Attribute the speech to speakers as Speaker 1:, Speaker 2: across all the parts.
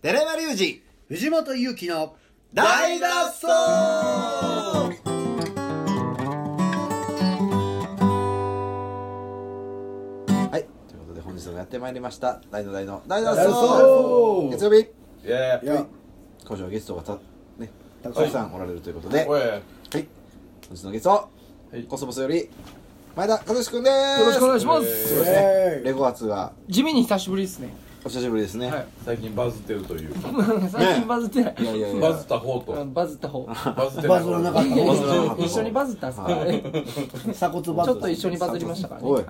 Speaker 1: 寺山隆二
Speaker 2: 藤本勇樹の
Speaker 1: 大脱走はいということで本日もやってまいりました大の大の大脱走
Speaker 2: 大脱走
Speaker 1: 月曜日
Speaker 3: イエーイ
Speaker 2: や
Speaker 1: 今週のゲストがたねた
Speaker 2: 高
Speaker 1: くさんおられるということで、
Speaker 3: お
Speaker 1: はい、
Speaker 3: い
Speaker 1: 本日のゲスト、
Speaker 3: はい
Speaker 1: コスモスより前田和志くんです
Speaker 4: よろしくお願いしま
Speaker 1: そう
Speaker 4: す。
Speaker 1: ですね
Speaker 2: えー
Speaker 1: レゴアツが
Speaker 4: 地味に久しぶりですね。
Speaker 1: お久しぶりですね、
Speaker 4: はい。
Speaker 3: 最近バズってるという
Speaker 4: 最近バズってない
Speaker 1: い、。やいやいや
Speaker 3: バズった方
Speaker 4: う
Speaker 3: と
Speaker 4: んバズった方。
Speaker 3: バズって
Speaker 2: バズらなかっ
Speaker 4: いやいや
Speaker 1: バズらなかった方
Speaker 4: 一緒にバズったんすか。
Speaker 1: は
Speaker 4: え
Speaker 2: 鎖骨
Speaker 4: ち
Speaker 2: バ
Speaker 4: ょ
Speaker 2: ッ
Speaker 4: っと一緒にバズりましたからね。
Speaker 1: お
Speaker 4: はいい。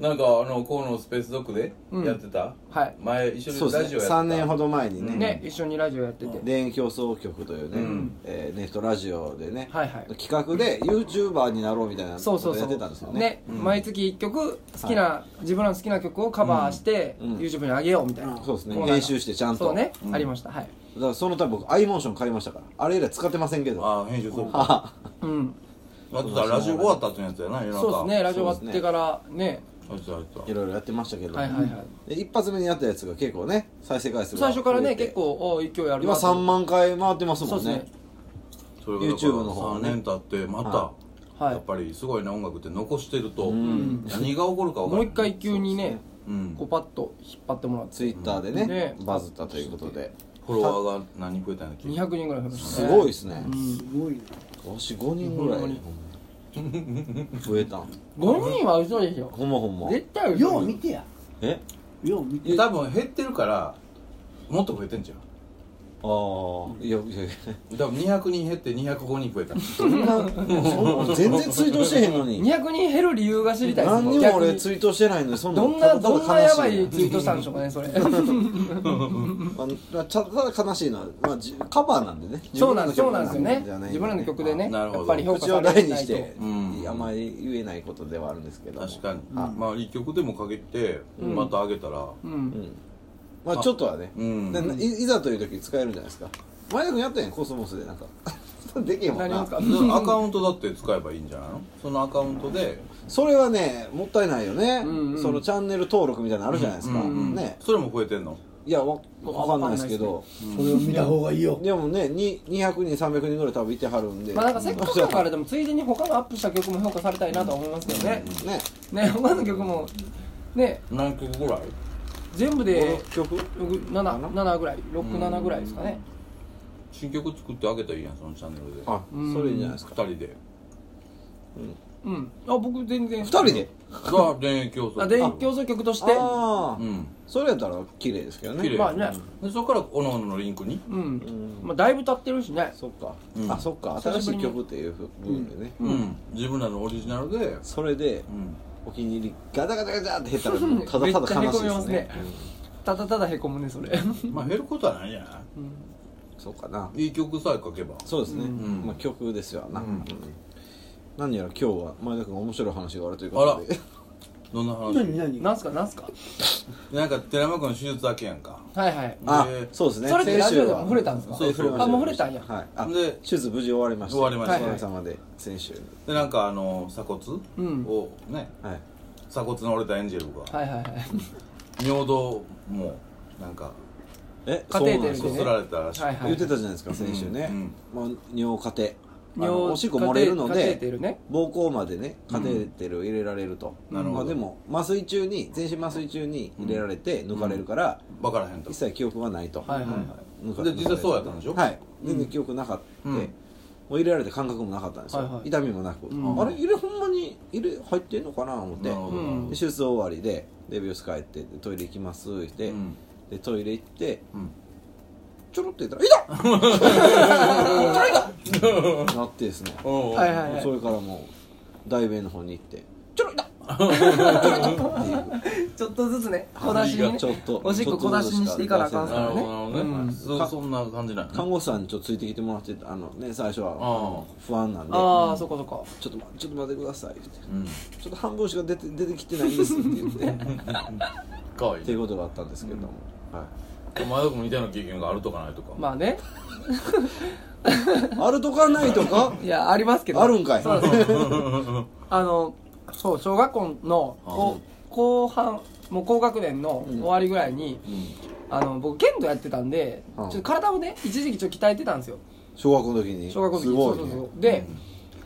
Speaker 3: なんかあの河野スペースドッグで
Speaker 4: うん
Speaker 3: やってた、
Speaker 4: はい
Speaker 3: 前一緒
Speaker 1: そう
Speaker 3: にラ
Speaker 1: です
Speaker 3: ジオやって
Speaker 1: ね
Speaker 3: た
Speaker 1: 3年ほど前にね
Speaker 4: ね、一緒にラジオやってて。
Speaker 1: 電影競争局という
Speaker 3: う
Speaker 1: ね、
Speaker 3: ん
Speaker 1: えーネットラジオでね、
Speaker 4: はいはい
Speaker 1: 企画で YouTuber になろうみたいな
Speaker 4: そう
Speaker 1: こ
Speaker 4: そ
Speaker 1: と
Speaker 4: う
Speaker 1: や
Speaker 4: そ
Speaker 1: ってたんですよ
Speaker 4: う。
Speaker 1: ね
Speaker 4: ね、毎月一曲好きな自分らの好きな曲をカバーして
Speaker 1: うん
Speaker 4: YouTube に上げようみたいな。
Speaker 1: そうですね
Speaker 4: コーナーが
Speaker 1: 編集してちゃんと
Speaker 4: そうね、ありました。はい。
Speaker 1: だからそのため僕 i モーション買いましたからあれ以来使ってませんけど
Speaker 3: ああ編集そうか
Speaker 1: あ
Speaker 4: うん。
Speaker 3: やってたラジオ終わったってやつやな夜中
Speaker 4: そうですね、ラジオ終わってからね。
Speaker 3: あいつあいつ
Speaker 1: いろいろやってましたけど、
Speaker 4: はいはいはい
Speaker 1: で一発目にやったやつが結構ね再生回数が
Speaker 4: 最初から
Speaker 1: 増え
Speaker 4: ね、
Speaker 1: て
Speaker 4: 結構、お勢いある
Speaker 1: 今
Speaker 4: なと
Speaker 1: 3万回回ってます
Speaker 4: そ
Speaker 1: も
Speaker 4: うんです
Speaker 1: ね
Speaker 4: ね。
Speaker 3: それがだから
Speaker 1: YouTube の方ね
Speaker 3: 3年経ってまた、
Speaker 1: は
Speaker 4: はい
Speaker 3: やっぱりすごいな音楽って残してると何が起こるか分から
Speaker 4: もう
Speaker 3: ない
Speaker 4: 一回急にね、
Speaker 3: うん
Speaker 4: こうパッと引っ張ってもらって。
Speaker 1: ツイッターでね
Speaker 4: ね
Speaker 1: バズったということで
Speaker 3: フォロワーが何人増えたんだっけ
Speaker 4: 200人ぐらい増えました
Speaker 1: す
Speaker 4: ね
Speaker 1: ごいですね、
Speaker 2: すごいね
Speaker 1: わし5人ぐらい
Speaker 4: ほんま
Speaker 1: ほんま増えたん
Speaker 4: 5人は嘘でしょ
Speaker 1: ほんまほんま
Speaker 4: 絶対嘘
Speaker 2: よう見てや
Speaker 1: え
Speaker 2: よう見て
Speaker 3: 多分減ってるからもっと増えてんじゃん
Speaker 1: ああいやいやいや
Speaker 3: 多分200人減って205人増えた
Speaker 1: そんなもう全然ツイートしてへんのに
Speaker 4: 200人減る理由が知りたいです
Speaker 1: 何にも
Speaker 4: 逆
Speaker 1: 俺
Speaker 4: に
Speaker 1: ツイートしてないのにそんな
Speaker 4: どんな
Speaker 1: ただ
Speaker 4: どんな
Speaker 1: 悲
Speaker 4: や
Speaker 1: し
Speaker 4: ばい
Speaker 1: な
Speaker 4: ツイートしたんでしょうか ねそれ
Speaker 1: まあただただ悲しいのは、まあ、じカバーなんでね
Speaker 4: そうなんそうなんですよね
Speaker 1: 自分らの曲なんで
Speaker 4: 自分らの曲でね
Speaker 3: なるほど
Speaker 4: やっぱり評価
Speaker 1: 口
Speaker 4: さ
Speaker 1: を
Speaker 4: れ
Speaker 1: 大
Speaker 4: て
Speaker 1: に
Speaker 4: ない
Speaker 1: し
Speaker 4: と
Speaker 1: て
Speaker 3: うん
Speaker 1: あんまり言えないことではあるんですけど
Speaker 3: 確かに、
Speaker 1: あ
Speaker 3: まあ一曲でもかけてまた上げたら、
Speaker 4: うん
Speaker 1: まあちょっとはね
Speaker 3: うん
Speaker 1: でいいざという時使えるんじゃないですか前田君やったやんコスモスでなんか できへんもん
Speaker 4: 何
Speaker 1: な
Speaker 4: ですか
Speaker 3: でアカウントだって使えばいいんじゃないのそのアカウントで
Speaker 1: それはねもったいないよね、
Speaker 4: んうん
Speaker 1: そのチャンネル登録みたいなのあるじゃないですか、
Speaker 3: うんうん
Speaker 1: ね
Speaker 3: それも増えてんの
Speaker 1: いやわわかんないですけど
Speaker 2: それを見た方がいいよ
Speaker 1: でもねに200人300人ぐらい多分いてはるんで
Speaker 4: まあなんかせっかくだからでもついでに他のアップした曲も評価されたいなとは思いますけどね
Speaker 1: ね
Speaker 4: ね他の曲もね
Speaker 3: 何曲ぐらい
Speaker 4: 全部
Speaker 1: え
Speaker 4: で
Speaker 1: 曲
Speaker 4: 77ぐらい67ぐらいですかね
Speaker 3: 新曲作ってあげたらいいやんそのチャンネルで
Speaker 1: あ
Speaker 4: うん
Speaker 1: それいいんじゃないですか
Speaker 3: 2人で
Speaker 4: うんあ僕全然
Speaker 1: 2人で
Speaker 3: が電影競争
Speaker 4: あで競争曲として
Speaker 1: ああ
Speaker 3: うん
Speaker 1: それやったら綺麗ですけどね
Speaker 3: 綺麗
Speaker 4: まあね
Speaker 3: でそこからおのおののリンクに
Speaker 4: うんまあだいぶ経ってるしね
Speaker 1: そっか、
Speaker 3: うん
Speaker 1: あそっか新しい曲っていう分でね、
Speaker 3: うん、自分らのオリジナルで
Speaker 1: それで
Speaker 3: うん
Speaker 1: お気に入りガタガタガタって減ったらもうただただ悲しいですね
Speaker 4: めっちゃへこみますただただへこむねそれ
Speaker 3: まあ減ることはないんじゃな
Speaker 1: うんそうかない
Speaker 3: いい曲さえ書けば
Speaker 1: そうですね、
Speaker 3: ん
Speaker 1: まあ曲ですよな、
Speaker 3: うん
Speaker 1: うん何やら今日は前田君が面白い話があるということで
Speaker 3: どんな話
Speaker 2: 何何
Speaker 4: なんすかなんすか
Speaker 3: なんか寺山君の手術明けやんか
Speaker 4: はいはい
Speaker 1: あ
Speaker 3: えー
Speaker 1: そうですね
Speaker 4: それってラジオで
Speaker 1: 先
Speaker 4: も
Speaker 1: 週は
Speaker 4: 触れたんですか
Speaker 3: そう
Speaker 1: 触れました
Speaker 4: あもう触れたんや
Speaker 1: はいあ
Speaker 3: で
Speaker 1: 手術無事終わりました
Speaker 3: 終わりました
Speaker 1: おかげさまで先週
Speaker 3: でなんかあの鎖骨
Speaker 4: うん
Speaker 3: をね、
Speaker 1: はい
Speaker 3: 鎖骨の折れたエンジェルが、
Speaker 4: はいはいはい
Speaker 3: 尿道もなんか
Speaker 1: え
Speaker 4: カテーテルで
Speaker 1: そうなん
Speaker 4: ね
Speaker 1: です
Speaker 3: こ
Speaker 1: よ
Speaker 3: すられたらしい、
Speaker 4: はいはい
Speaker 1: 言ってたじゃないですか先週ね
Speaker 3: うん
Speaker 1: まあ尿カテあのおしっこ漏れるの
Speaker 4: カテーテ
Speaker 1: で
Speaker 4: ルね
Speaker 1: 膀胱までねカテーテルを入れられると
Speaker 3: なるほど
Speaker 1: まあでも麻酔中に全身麻酔中に入れられて抜かれるから
Speaker 3: 分からへんと
Speaker 1: 一切記憶はないと
Speaker 4: はいはいはい
Speaker 1: 抜か
Speaker 3: で実際そうやったんでしょ
Speaker 1: はい全然記憶なかった
Speaker 3: うん
Speaker 1: もう入れられて感覚もなかったんです
Speaker 4: はい
Speaker 1: よ
Speaker 4: はい
Speaker 1: 痛みもなく
Speaker 4: うん
Speaker 1: あれ入れほんまに入れ入ってんのかなと思って
Speaker 3: なるほど、
Speaker 4: うん
Speaker 1: で手術終わりでデビュース帰ってトイレ行きますって、
Speaker 3: うん
Speaker 1: でトイレ行って
Speaker 3: うん
Speaker 1: ちょろって言ったら「痛っ!」ちょろいたなってですね、
Speaker 3: おうおう
Speaker 4: はいはいはい
Speaker 1: それからもう大弁の方に行って
Speaker 4: ちょろいたちょっとずつね小出しに
Speaker 3: はい
Speaker 4: ね
Speaker 1: ちょっと
Speaker 4: おしっこ小出しにしていかなあかんか
Speaker 3: なる
Speaker 4: ら
Speaker 3: ほ
Speaker 4: ね
Speaker 3: どなるほどね、
Speaker 4: うん
Speaker 3: そそんな感じなんやね
Speaker 1: 看護師さんにちょっとついてきてもらってあのね最初は
Speaker 3: あ
Speaker 1: 不安なんで
Speaker 4: ああそこそこ
Speaker 1: ちょっとまちょっと待ってください」って
Speaker 3: あうん
Speaker 1: 「ちょっと半分しか出て出てきてないんです」って言って
Speaker 3: かわい
Speaker 1: ってい
Speaker 3: いう
Speaker 1: ことがあったんですけれども、はい、
Speaker 3: お前とかも似たような経験があるとかないとか、
Speaker 4: まあね
Speaker 1: あるとかないとか
Speaker 4: いやありますけど
Speaker 1: あるんかい
Speaker 4: そうそうあのそう小学校のこう後半もう高学年の終わりぐらいに
Speaker 3: うん
Speaker 4: あの僕剣道やってたんで、
Speaker 1: うん
Speaker 4: ちょっと体をね一時期ちょっと鍛えてたんですよ
Speaker 1: 小学校の時に
Speaker 4: 小学校の時
Speaker 1: すごい
Speaker 4: そう
Speaker 1: ね
Speaker 4: そうそうで、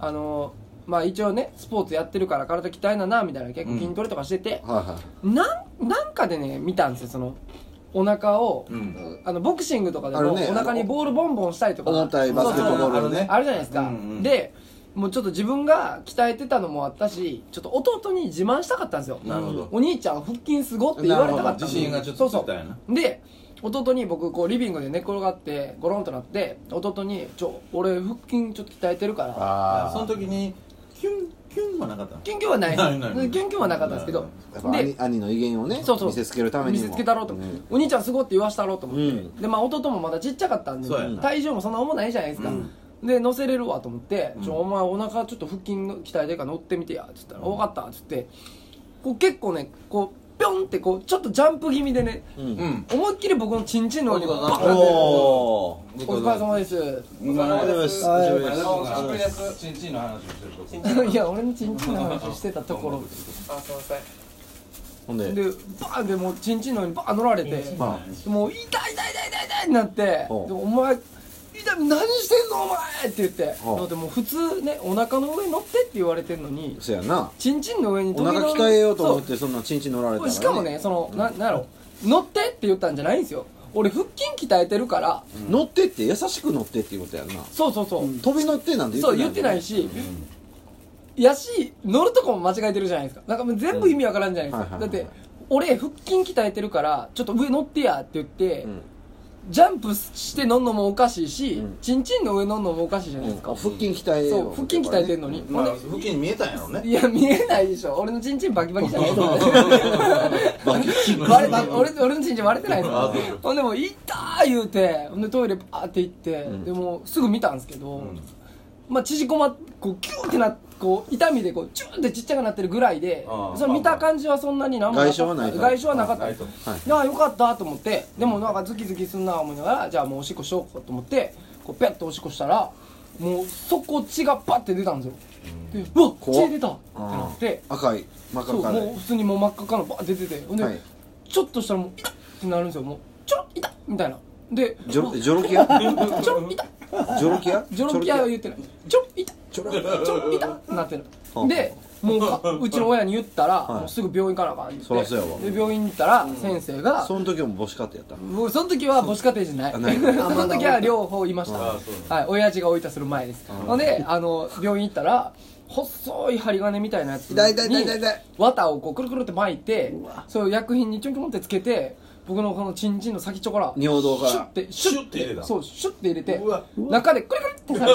Speaker 4: あのまあ一応ねスポーツやってるから体鍛えななみたいな結構筋トレとかしてて、
Speaker 1: はいはい
Speaker 4: なんなんかでね見たんですよそのお腹を、
Speaker 3: うん
Speaker 4: あのボクシングとかで
Speaker 1: あ
Speaker 4: も
Speaker 1: のね
Speaker 4: お腹にボールボンボンしたりとか
Speaker 1: おなたいバスケットボールのね
Speaker 4: あるじゃないですか、
Speaker 3: うんうん
Speaker 4: でもうちょっと自分が鍛えてたのもあったしちょっと弟に自慢したかったんですよ
Speaker 3: なるほど
Speaker 4: お兄ちゃん腹筋すごって言われたかったんです
Speaker 3: 自信がちょっとついたんやな
Speaker 4: そうそうで弟に僕こうリビングで寝転がってゴロンとなって弟に「ちょ俺腹筋ちょっと鍛えてるから
Speaker 1: あ
Speaker 3: その時にキュンキュンはなかったの
Speaker 4: キュンキュンはない
Speaker 3: ないないない
Speaker 4: キュンキュンはなかったんですけど
Speaker 1: やっぱ兄兄の威厳をね
Speaker 4: そうそう
Speaker 1: 見せつけるために
Speaker 4: 見
Speaker 1: も
Speaker 4: せつけたろうと思って、お兄ちゃんすごいって言わしたろうと思って、
Speaker 1: うん
Speaker 4: でまあ弟もまだちっちゃかったんで
Speaker 3: そうやな
Speaker 4: 体重もそんな重ないじゃないですか、で乗せれるわと思って「ちょお前お腹ちょっと腹筋の鍛えてるから乗ってみてや」っつったら「分かった」っつってこう結構ねこうピョンってこうちょっとジャンプ気味でね、
Speaker 1: うん
Speaker 3: うん
Speaker 4: 思いっきり僕のチンチンの方にバ
Speaker 3: お
Speaker 4: ッ
Speaker 3: 疲れ様
Speaker 4: お
Speaker 1: おー
Speaker 4: お疲れ様です
Speaker 3: お疲れ様です
Speaker 2: あー
Speaker 1: お疲れ様です
Speaker 5: です。チンチンの話をしてるとこ。
Speaker 4: いや俺のチンチンの話してたところあすいません
Speaker 1: ほんで
Speaker 4: でバーンでもうチンチンの方にバーン乗られてもう痛い痛い痛い痛い痛いってなってで
Speaker 1: ほう
Speaker 4: お前痛い何してんのお前って言って
Speaker 1: ほう
Speaker 4: だってもう普通ねお腹の上に乗ってって言われてんのに
Speaker 1: そやな
Speaker 4: チンチンの上に
Speaker 1: お
Speaker 4: 飛び
Speaker 1: 腹
Speaker 4: 乗る
Speaker 1: 鍛えようと思ってそんなチンチン乗られた
Speaker 4: そ
Speaker 1: ら
Speaker 4: うしかもねそのななんやろ乗ってって言ったんじゃないんですよ俺腹筋鍛えてるから
Speaker 1: 乗ってって優しく乗ってっていうことやんな
Speaker 4: そうそうそう、
Speaker 1: 飛び乗ってなんて
Speaker 4: そう言ってない
Speaker 1: し
Speaker 4: し、やし乗るとこも間違えてるじゃないですかなんかもう全部意味わからんじゃないですか、
Speaker 1: うん
Speaker 4: だ
Speaker 1: は
Speaker 4: っ
Speaker 1: いはいはい
Speaker 4: て俺腹筋鍛えてるからちょっと上乗ってやって言って、
Speaker 1: ん
Speaker 4: ジャンプして乗んのもおかしいし、
Speaker 1: うん
Speaker 4: チンチンの上乗んのもおかしいじゃないですか、
Speaker 1: 腹筋鍛え
Speaker 4: そ
Speaker 1: よ
Speaker 4: う腹筋鍛えてんの
Speaker 1: に
Speaker 4: に、
Speaker 3: まあ
Speaker 4: 俺
Speaker 3: 付近に見えたんやろね
Speaker 4: いや見えないでしょ俺のチンチンバキバキじゃないですか割れた俺俺のチンチン割れてないです
Speaker 3: あ
Speaker 4: か
Speaker 3: そうそう
Speaker 4: ほんでもう「痛ー!」言うてほんでトイレパーって行って、でもうすぐ見たんですけど、まあ、縮こまっこうキューってなこう痛みでこうチューってちっちゃくなってるぐらいで
Speaker 3: ああ
Speaker 4: その見た感じはそんなに何もなかっ
Speaker 1: 外
Speaker 4: た
Speaker 1: 傷はないと
Speaker 4: 外傷はなかった
Speaker 3: あ
Speaker 4: で
Speaker 3: ないと
Speaker 4: す、いやよかったと思ってでもなんかズキズキすんな思いながらじゃあもうおしっこしようかと思ってこうペッとおしっこしたらもうそこ血がバッて出たんですよ、でうわ
Speaker 1: 怖っ
Speaker 4: 血出たってなって
Speaker 1: 赤い真っ
Speaker 4: そう
Speaker 1: 赤か
Speaker 4: も
Speaker 1: で
Speaker 4: う普通にもう真っ赤っかのバッて出ててほんで、
Speaker 1: はい
Speaker 4: ちょっとしたらもう痛っってなるんですよもうちょろっ痛っみたいなで
Speaker 1: ジョロジョロキ
Speaker 4: う
Speaker 1: ア
Speaker 4: わちょろっ痛っ
Speaker 1: ジョロキア
Speaker 4: ジョロキアは言ってないちょっいたちょっちょっいたってなってる
Speaker 1: はあ
Speaker 4: でもうかうちの親に言ったら、もうすぐ病院行かなあかんって
Speaker 1: そら
Speaker 4: 言っ
Speaker 1: そ
Speaker 4: て
Speaker 1: うやわ
Speaker 4: で病院に行ったら先生が、
Speaker 1: その時も母子家庭やった
Speaker 4: 僕その時は母子家庭じゃな
Speaker 1: あ
Speaker 4: い そ
Speaker 1: ない
Speaker 4: の時は両方いました、
Speaker 3: あそう
Speaker 4: はい、親父が追いたする前ですほんであの病院行ったら細い針金みたいなやつに
Speaker 1: 痛い痛い痛い痛い痛い
Speaker 4: 綿をこうくるくるって巻いてそういう薬品にちょんちょんってつけて僕のこのチンチンの先っちょから
Speaker 1: 尿道から
Speaker 4: シュッてシュッて
Speaker 3: シュッて入れた
Speaker 4: そうシュッて入れて
Speaker 3: うわ
Speaker 4: 中でクリクリってされ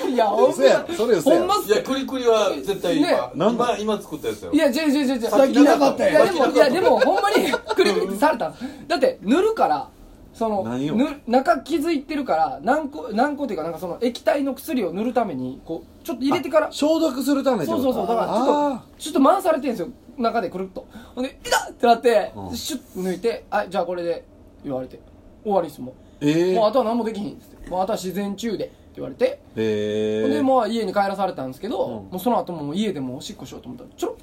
Speaker 4: て いやほん
Speaker 1: 嘘やろ
Speaker 4: ま
Speaker 1: それ嘘や
Speaker 4: ほ
Speaker 1: ろ
Speaker 4: んまっ
Speaker 3: い
Speaker 4: すよ
Speaker 3: やクリクリは絶対今
Speaker 4: ね
Speaker 1: なん
Speaker 3: 今今作ったやつやろ
Speaker 4: いや、違う違う違う違う。
Speaker 2: さっきなかった
Speaker 4: いや、
Speaker 2: や
Speaker 4: でも、いや、でも、ほんまに、 くるくるってされたんですだって、塗るから、その、
Speaker 1: 何を
Speaker 4: ぬ中気づいてるから、何個、何個っていうか、なんかその、液体の薬を塗るために、こう、ちょっと入れてから、そ
Speaker 1: 消
Speaker 4: う
Speaker 1: 毒するためって
Speaker 4: そ
Speaker 1: こ
Speaker 4: う
Speaker 1: と
Speaker 4: そう、だから、ちょっ
Speaker 1: あ
Speaker 4: と、ちょっと回されてるんですよ、中でくるっと。ほんで、痛っってなって、
Speaker 1: うん
Speaker 4: シュッて抜いて、あ、じゃあこれで、言われて、終わりですも
Speaker 1: ーえ
Speaker 4: ん。
Speaker 1: え
Speaker 4: もう、あとは何もできひんっつって。もう、あとは自然中で、って言われて、
Speaker 1: え
Speaker 4: ほ
Speaker 1: え
Speaker 4: んでまあ家に帰らされたんですけど、
Speaker 1: うん
Speaker 4: もうその後ももう家でもうおしっこしようと思ったらちょろ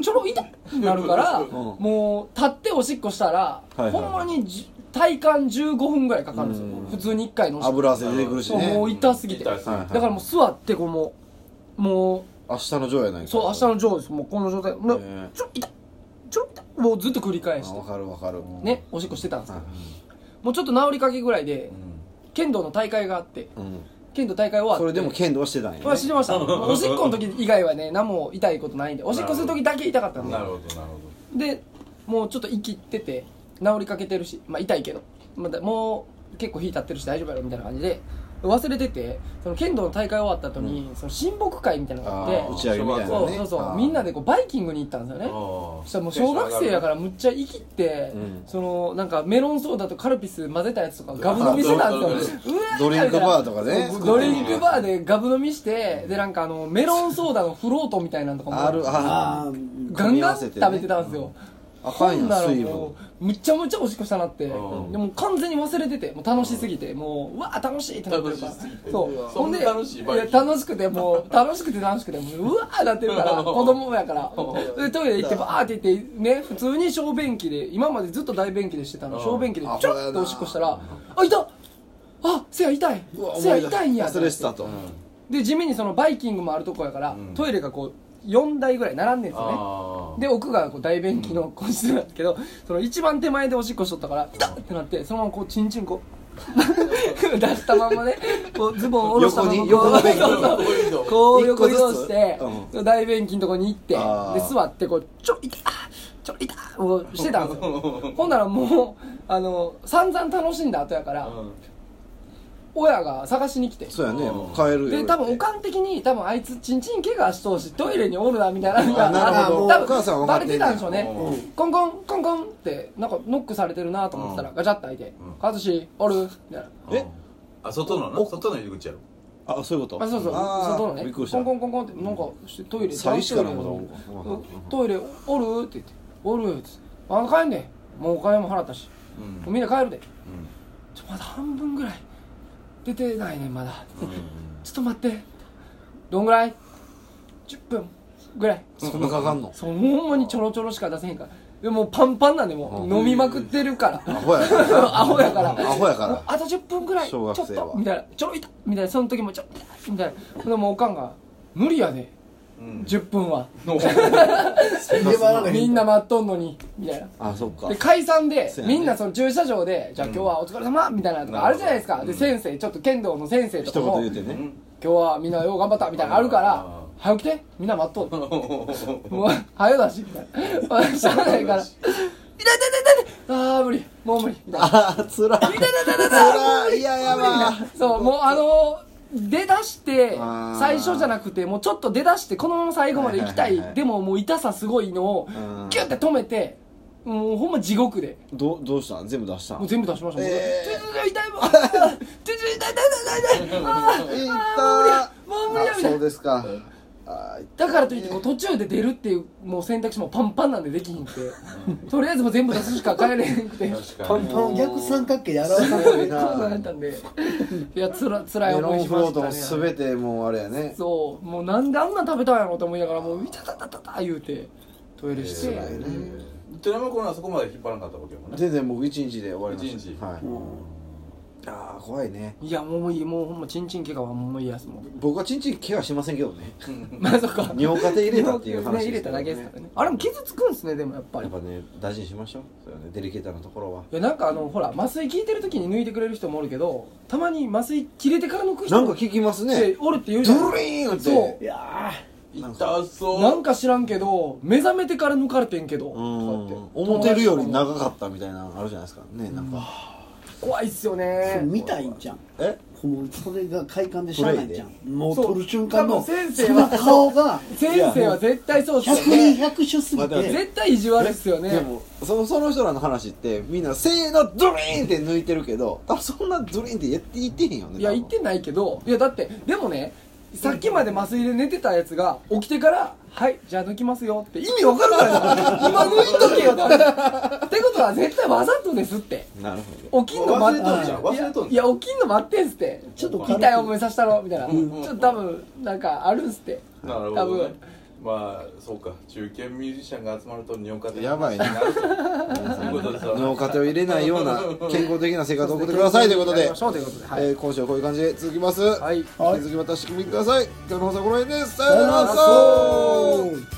Speaker 4: っちょろいたってなるから、
Speaker 1: ん
Speaker 4: もう立っておしっこしたら、
Speaker 1: いはいはい
Speaker 4: ほんまにじ体感15分ぐらいかかるんですよ、
Speaker 1: うん
Speaker 4: 普通に1回のおしっこ
Speaker 1: 油汗出てくるし
Speaker 4: そう
Speaker 1: ね
Speaker 4: もう痛すぎて、
Speaker 3: 痛い
Speaker 4: だ
Speaker 3: すぎて
Speaker 1: はい
Speaker 4: からもう座ってこうもうも
Speaker 1: 明日のジョーやないか
Speaker 4: うそう明日の上ですもうこの状態、ほんで
Speaker 1: ええ
Speaker 4: ちょろいたちょろいたもうずっと繰り返
Speaker 1: あ
Speaker 4: して
Speaker 1: わかるわかる
Speaker 4: ねおしっこしてたんですけど、
Speaker 1: は
Speaker 4: もうちょっと治りかけぐらいで、剣道の大会があって
Speaker 1: うん
Speaker 4: 剣道大会終わって
Speaker 1: それでも剣道はしてたんやね
Speaker 4: まあ知りましたおしっこの時以外はね何も痛いことないんでおしっこする時だけ痛かったんで
Speaker 3: なるほどなるほ
Speaker 4: でもうちょっと息ってて治りかけてるし、まあ、痛いけど、ま、だもう結構火立ってるし大丈夫やろみたいな感じで忘れててその剣道の大会終わった後に、その親睦会みたいなのがあって
Speaker 1: あー打ち上げみたいな
Speaker 4: そう
Speaker 1: ね
Speaker 4: そうそ
Speaker 1: あー
Speaker 4: うみんなでこうバイキングに行ったんですよね
Speaker 3: どああ
Speaker 4: そしたらもう小学生やからむっちゃ息って、
Speaker 1: うん
Speaker 4: そのなんかメロンソーダとカルピス混ぜたやつとかガブ飲みしてたんですようわー
Speaker 1: ドリンクバーとかね
Speaker 4: そうドリンクバーでガブ飲みしてでなんかあのメロンソーダのフロートみたいなのとかも
Speaker 1: あるあ
Speaker 2: あー
Speaker 4: ガン
Speaker 1: 組み合
Speaker 4: ガン
Speaker 1: わせ
Speaker 4: 食
Speaker 1: てね
Speaker 4: べてたんですよ、
Speaker 1: あかん
Speaker 4: ほ
Speaker 1: や
Speaker 4: ん
Speaker 1: ん
Speaker 4: なら
Speaker 1: 水
Speaker 4: も
Speaker 1: 分
Speaker 4: うむちゃむちゃおしっこしたなってで
Speaker 3: うん
Speaker 4: もう完全に忘れててもう楽しすぎてもううわー楽しいってなってるから
Speaker 3: 楽しすぎて
Speaker 4: そう
Speaker 3: うわ
Speaker 4: ほんで
Speaker 3: そんな楽しい
Speaker 4: い
Speaker 3: バイ
Speaker 4: や
Speaker 3: ト
Speaker 4: 楽しくてもう楽しくて楽しくてもううわーなってるから子供やからでトイレ行ってバーって行ってね普通に小便器で今までずっと大便器でしてたの
Speaker 3: うん
Speaker 4: 小便器で
Speaker 1: あ
Speaker 4: ちょ
Speaker 1: そうやな
Speaker 4: っとおしっこしたらあいたあせや痛いう
Speaker 1: わ
Speaker 4: せや痛いんや
Speaker 1: 忘れてたと、
Speaker 4: で地味にそのバイキングもあるとこやから、
Speaker 3: うん
Speaker 4: トイレがこう4台ぐらい並んでんですよね
Speaker 3: あー
Speaker 4: で奥がこう大便器の個室なんですけど、その一番手前でおしっこしとったから「痛っ!」ってなってそのままこうチンチンこう 出したまんまねこうズボンを下ろしたまま
Speaker 1: 横に横の便器
Speaker 4: そうそうこう横移動して
Speaker 1: 一個ず、つ
Speaker 4: 大便器のとこに行って
Speaker 1: あー
Speaker 4: で座ってこうちょいたちょいたをしてたんですよほんならもうあの散々楽しんだ後やから、親が探しに来て
Speaker 1: そうやね
Speaker 3: うん
Speaker 1: もう帰るよ
Speaker 4: で多分おかん的に多分あいつちんちん怪我しそうしトイレにおるなみたいななんか
Speaker 1: あなるほど
Speaker 4: あ多
Speaker 1: お母さんは分か
Speaker 4: 分バ
Speaker 1: って
Speaker 4: レ
Speaker 1: んね
Speaker 4: てたんでしょうね
Speaker 3: うん
Speaker 4: うんコンコンコンコンってなんかノックされてるなと思ってたら
Speaker 3: うん
Speaker 4: ガチャッと開いて「和志おる?」みたいな。
Speaker 1: え
Speaker 3: あ外のな
Speaker 1: お
Speaker 3: 外の入り口やろ
Speaker 1: あそういうこと
Speaker 4: あそうそう
Speaker 1: あー
Speaker 4: 外のね
Speaker 1: びっく
Speaker 4: コ
Speaker 1: りした
Speaker 4: ンコンコンコンってなんかしてトイレ
Speaker 1: 詐欺師かな
Speaker 4: 男
Speaker 1: まだ
Speaker 4: トイレトイレおる?」って言って「おる?」って「あの帰んねもうお金も払ったし
Speaker 3: うん
Speaker 4: もうみんな帰るで
Speaker 3: うん
Speaker 4: ちょまだ半分ぐらい出てないねまだ」ちょっと待ってどんぐらい ?10 分ぐらい
Speaker 1: そんなかかんの
Speaker 4: そうほんまにちょろちょろしか出せへんからでもうパンパンなんでもう飲みまくってるから
Speaker 1: アホやから
Speaker 4: アホやから
Speaker 1: アホやか
Speaker 4: もう
Speaker 1: ら
Speaker 4: あと10分ぐらいち
Speaker 1: 小
Speaker 4: ょっ
Speaker 1: 学生は
Speaker 4: とみたいなちょろいたみたいなその時もちょっとみたいなでもおかんが「無理やで
Speaker 3: うん
Speaker 4: 10 分は
Speaker 2: でまあなんか
Speaker 4: みんな待っとんのに」みたいな
Speaker 1: あそっか
Speaker 4: で解散で
Speaker 1: そうやね
Speaker 4: みんなその駐車場で「じゃあ今日はお疲れ様みたいなのとかあるじゃないですかで先生ちょっと剣道の先生とか
Speaker 1: 一
Speaker 4: も
Speaker 1: 言言うて
Speaker 3: う
Speaker 1: ね
Speaker 3: ん
Speaker 4: 今日はみんなよう頑張ったみたいなのあるから
Speaker 3: あ
Speaker 4: 「早起きてみんな待っとう」 もう早だしみ たいなしゃあないから「痛い痛い痛い痛いああ無理もう無理」みたいな
Speaker 1: あーつらいつらいいややばー
Speaker 4: そうもうあのー出だして
Speaker 1: あー
Speaker 4: 最初じゃなくてもうちょっと出だしてこのまま最後まで行きた
Speaker 1: はいはい
Speaker 4: い
Speaker 1: はい
Speaker 4: でももう痛さすごいのを
Speaker 1: うん
Speaker 4: ギュッて止めてもうほんま地獄で
Speaker 1: どうどうしたん全部出したん
Speaker 4: もう全部出しましたもう
Speaker 1: えー
Speaker 4: トゥトゥトゥ痛 いもんトゥトゥ痛い痛い痛い痛い痛いあー
Speaker 1: いったー
Speaker 4: あーもう無理やもう無理や
Speaker 1: あ
Speaker 4: みたい
Speaker 1: そ
Speaker 4: な
Speaker 1: うですかあー
Speaker 4: だからといってこう途中で出るっていうもう選択肢もパンパンなんでできひんくてとりあえずもう全部出すしか帰れへんくて
Speaker 2: パ
Speaker 3: 確
Speaker 2: ン
Speaker 3: か
Speaker 2: パンを逆三角形で表さない
Speaker 4: そ
Speaker 2: な
Speaker 4: うなったんでいやつらつらい
Speaker 1: メ
Speaker 4: 思
Speaker 1: ロ
Speaker 4: い
Speaker 1: ン
Speaker 4: し
Speaker 1: フ
Speaker 4: ま
Speaker 1: ロ
Speaker 4: し
Speaker 1: ート
Speaker 4: た
Speaker 1: も
Speaker 4: ね
Speaker 1: 全てもうあれやね
Speaker 4: そうもうなんであんなん食べたんやろうと思いながらもういたたたたた言うてトイレして、
Speaker 1: 辛いね
Speaker 3: に寺山君はそこまで引っ張らなかったわけやもんね
Speaker 1: 全然僕一日で終わりました
Speaker 3: 一日
Speaker 1: はいああ怖いね
Speaker 4: いやもういいもうほんまチンチン怪我はもういいやつもう
Speaker 1: 僕はちんちん怪我しませんけどね
Speaker 4: まあそっか
Speaker 1: 尿カテ入れたっていう話
Speaker 4: ね入れただけですからねあれも傷つくんすねでもやっぱ
Speaker 1: や
Speaker 4: り
Speaker 1: っぱね大事にしましょうそうよねデリケートなところはい
Speaker 4: やなんかあのほら麻酔効いてる時に抜いてくれる人もおるけどたまに麻酔切れてから抜く人
Speaker 1: なんか
Speaker 4: も
Speaker 1: 聞きます
Speaker 4: って
Speaker 1: ね
Speaker 4: おるって言うじ
Speaker 1: ド
Speaker 4: ゃ
Speaker 1: ゥ
Speaker 4: ん
Speaker 1: ルリーンって
Speaker 4: そう
Speaker 2: いや
Speaker 3: 痛そう
Speaker 4: なんか知らんけど目覚めてから抜かれてんけど
Speaker 1: う
Speaker 4: とか
Speaker 1: ん
Speaker 4: って
Speaker 1: 思ってるより長かったみたいなのあるじゃないですかねなんか
Speaker 4: 怖いっすよ
Speaker 2: ーそ
Speaker 4: ね
Speaker 2: う見たいんじゃん
Speaker 1: え
Speaker 2: もうそれが快感でしゃあないじゃん
Speaker 1: プ
Speaker 2: もう
Speaker 4: そう
Speaker 2: 取る瞬間
Speaker 4: 多
Speaker 2: の
Speaker 4: 分先生
Speaker 2: その
Speaker 4: は
Speaker 2: 顔が
Speaker 4: 先生は絶対そうっすよ
Speaker 2: 百
Speaker 4: ね
Speaker 2: 人百種すぎ
Speaker 1: 待って
Speaker 2: て
Speaker 4: 絶対意地悪っすよね
Speaker 1: でもそのその人らの話ってみんなせーのドゥルリーンって抜いてるけど多分そんなドゥルリーンってやって言ってへんよね
Speaker 4: いや
Speaker 1: 多分
Speaker 4: 言ってないけどいやだってでもねさっきまで麻酔で寝てたやつが起きてから「はいじゃあ抜きますよ」って意味わかるからな今抜いとけよだってってことは絶対わざとですって
Speaker 1: なるほど
Speaker 4: 起きんの待っ
Speaker 3: 忘れとんじゃん忘れとんじゃん
Speaker 4: いやいや起きんの待ってんすって
Speaker 2: ちょっと軽く
Speaker 4: 痛い思いさせたろみたいなちょっと多分なんかあるんすって
Speaker 3: なるほどねまあそうか中堅ミュージシャンが集まると尿カテ
Speaker 1: や ばいね
Speaker 3: なるということですわ
Speaker 1: 脳カテを入れないような健康的な生活を送ってくださいということで、
Speaker 4: やりましょうということではい、
Speaker 1: えー今週はこういう感じで続きます、
Speaker 4: はい
Speaker 1: 引き続きまたしてください今日の放送はこの辺ですさ
Speaker 2: あ
Speaker 1: ようなら
Speaker 2: そう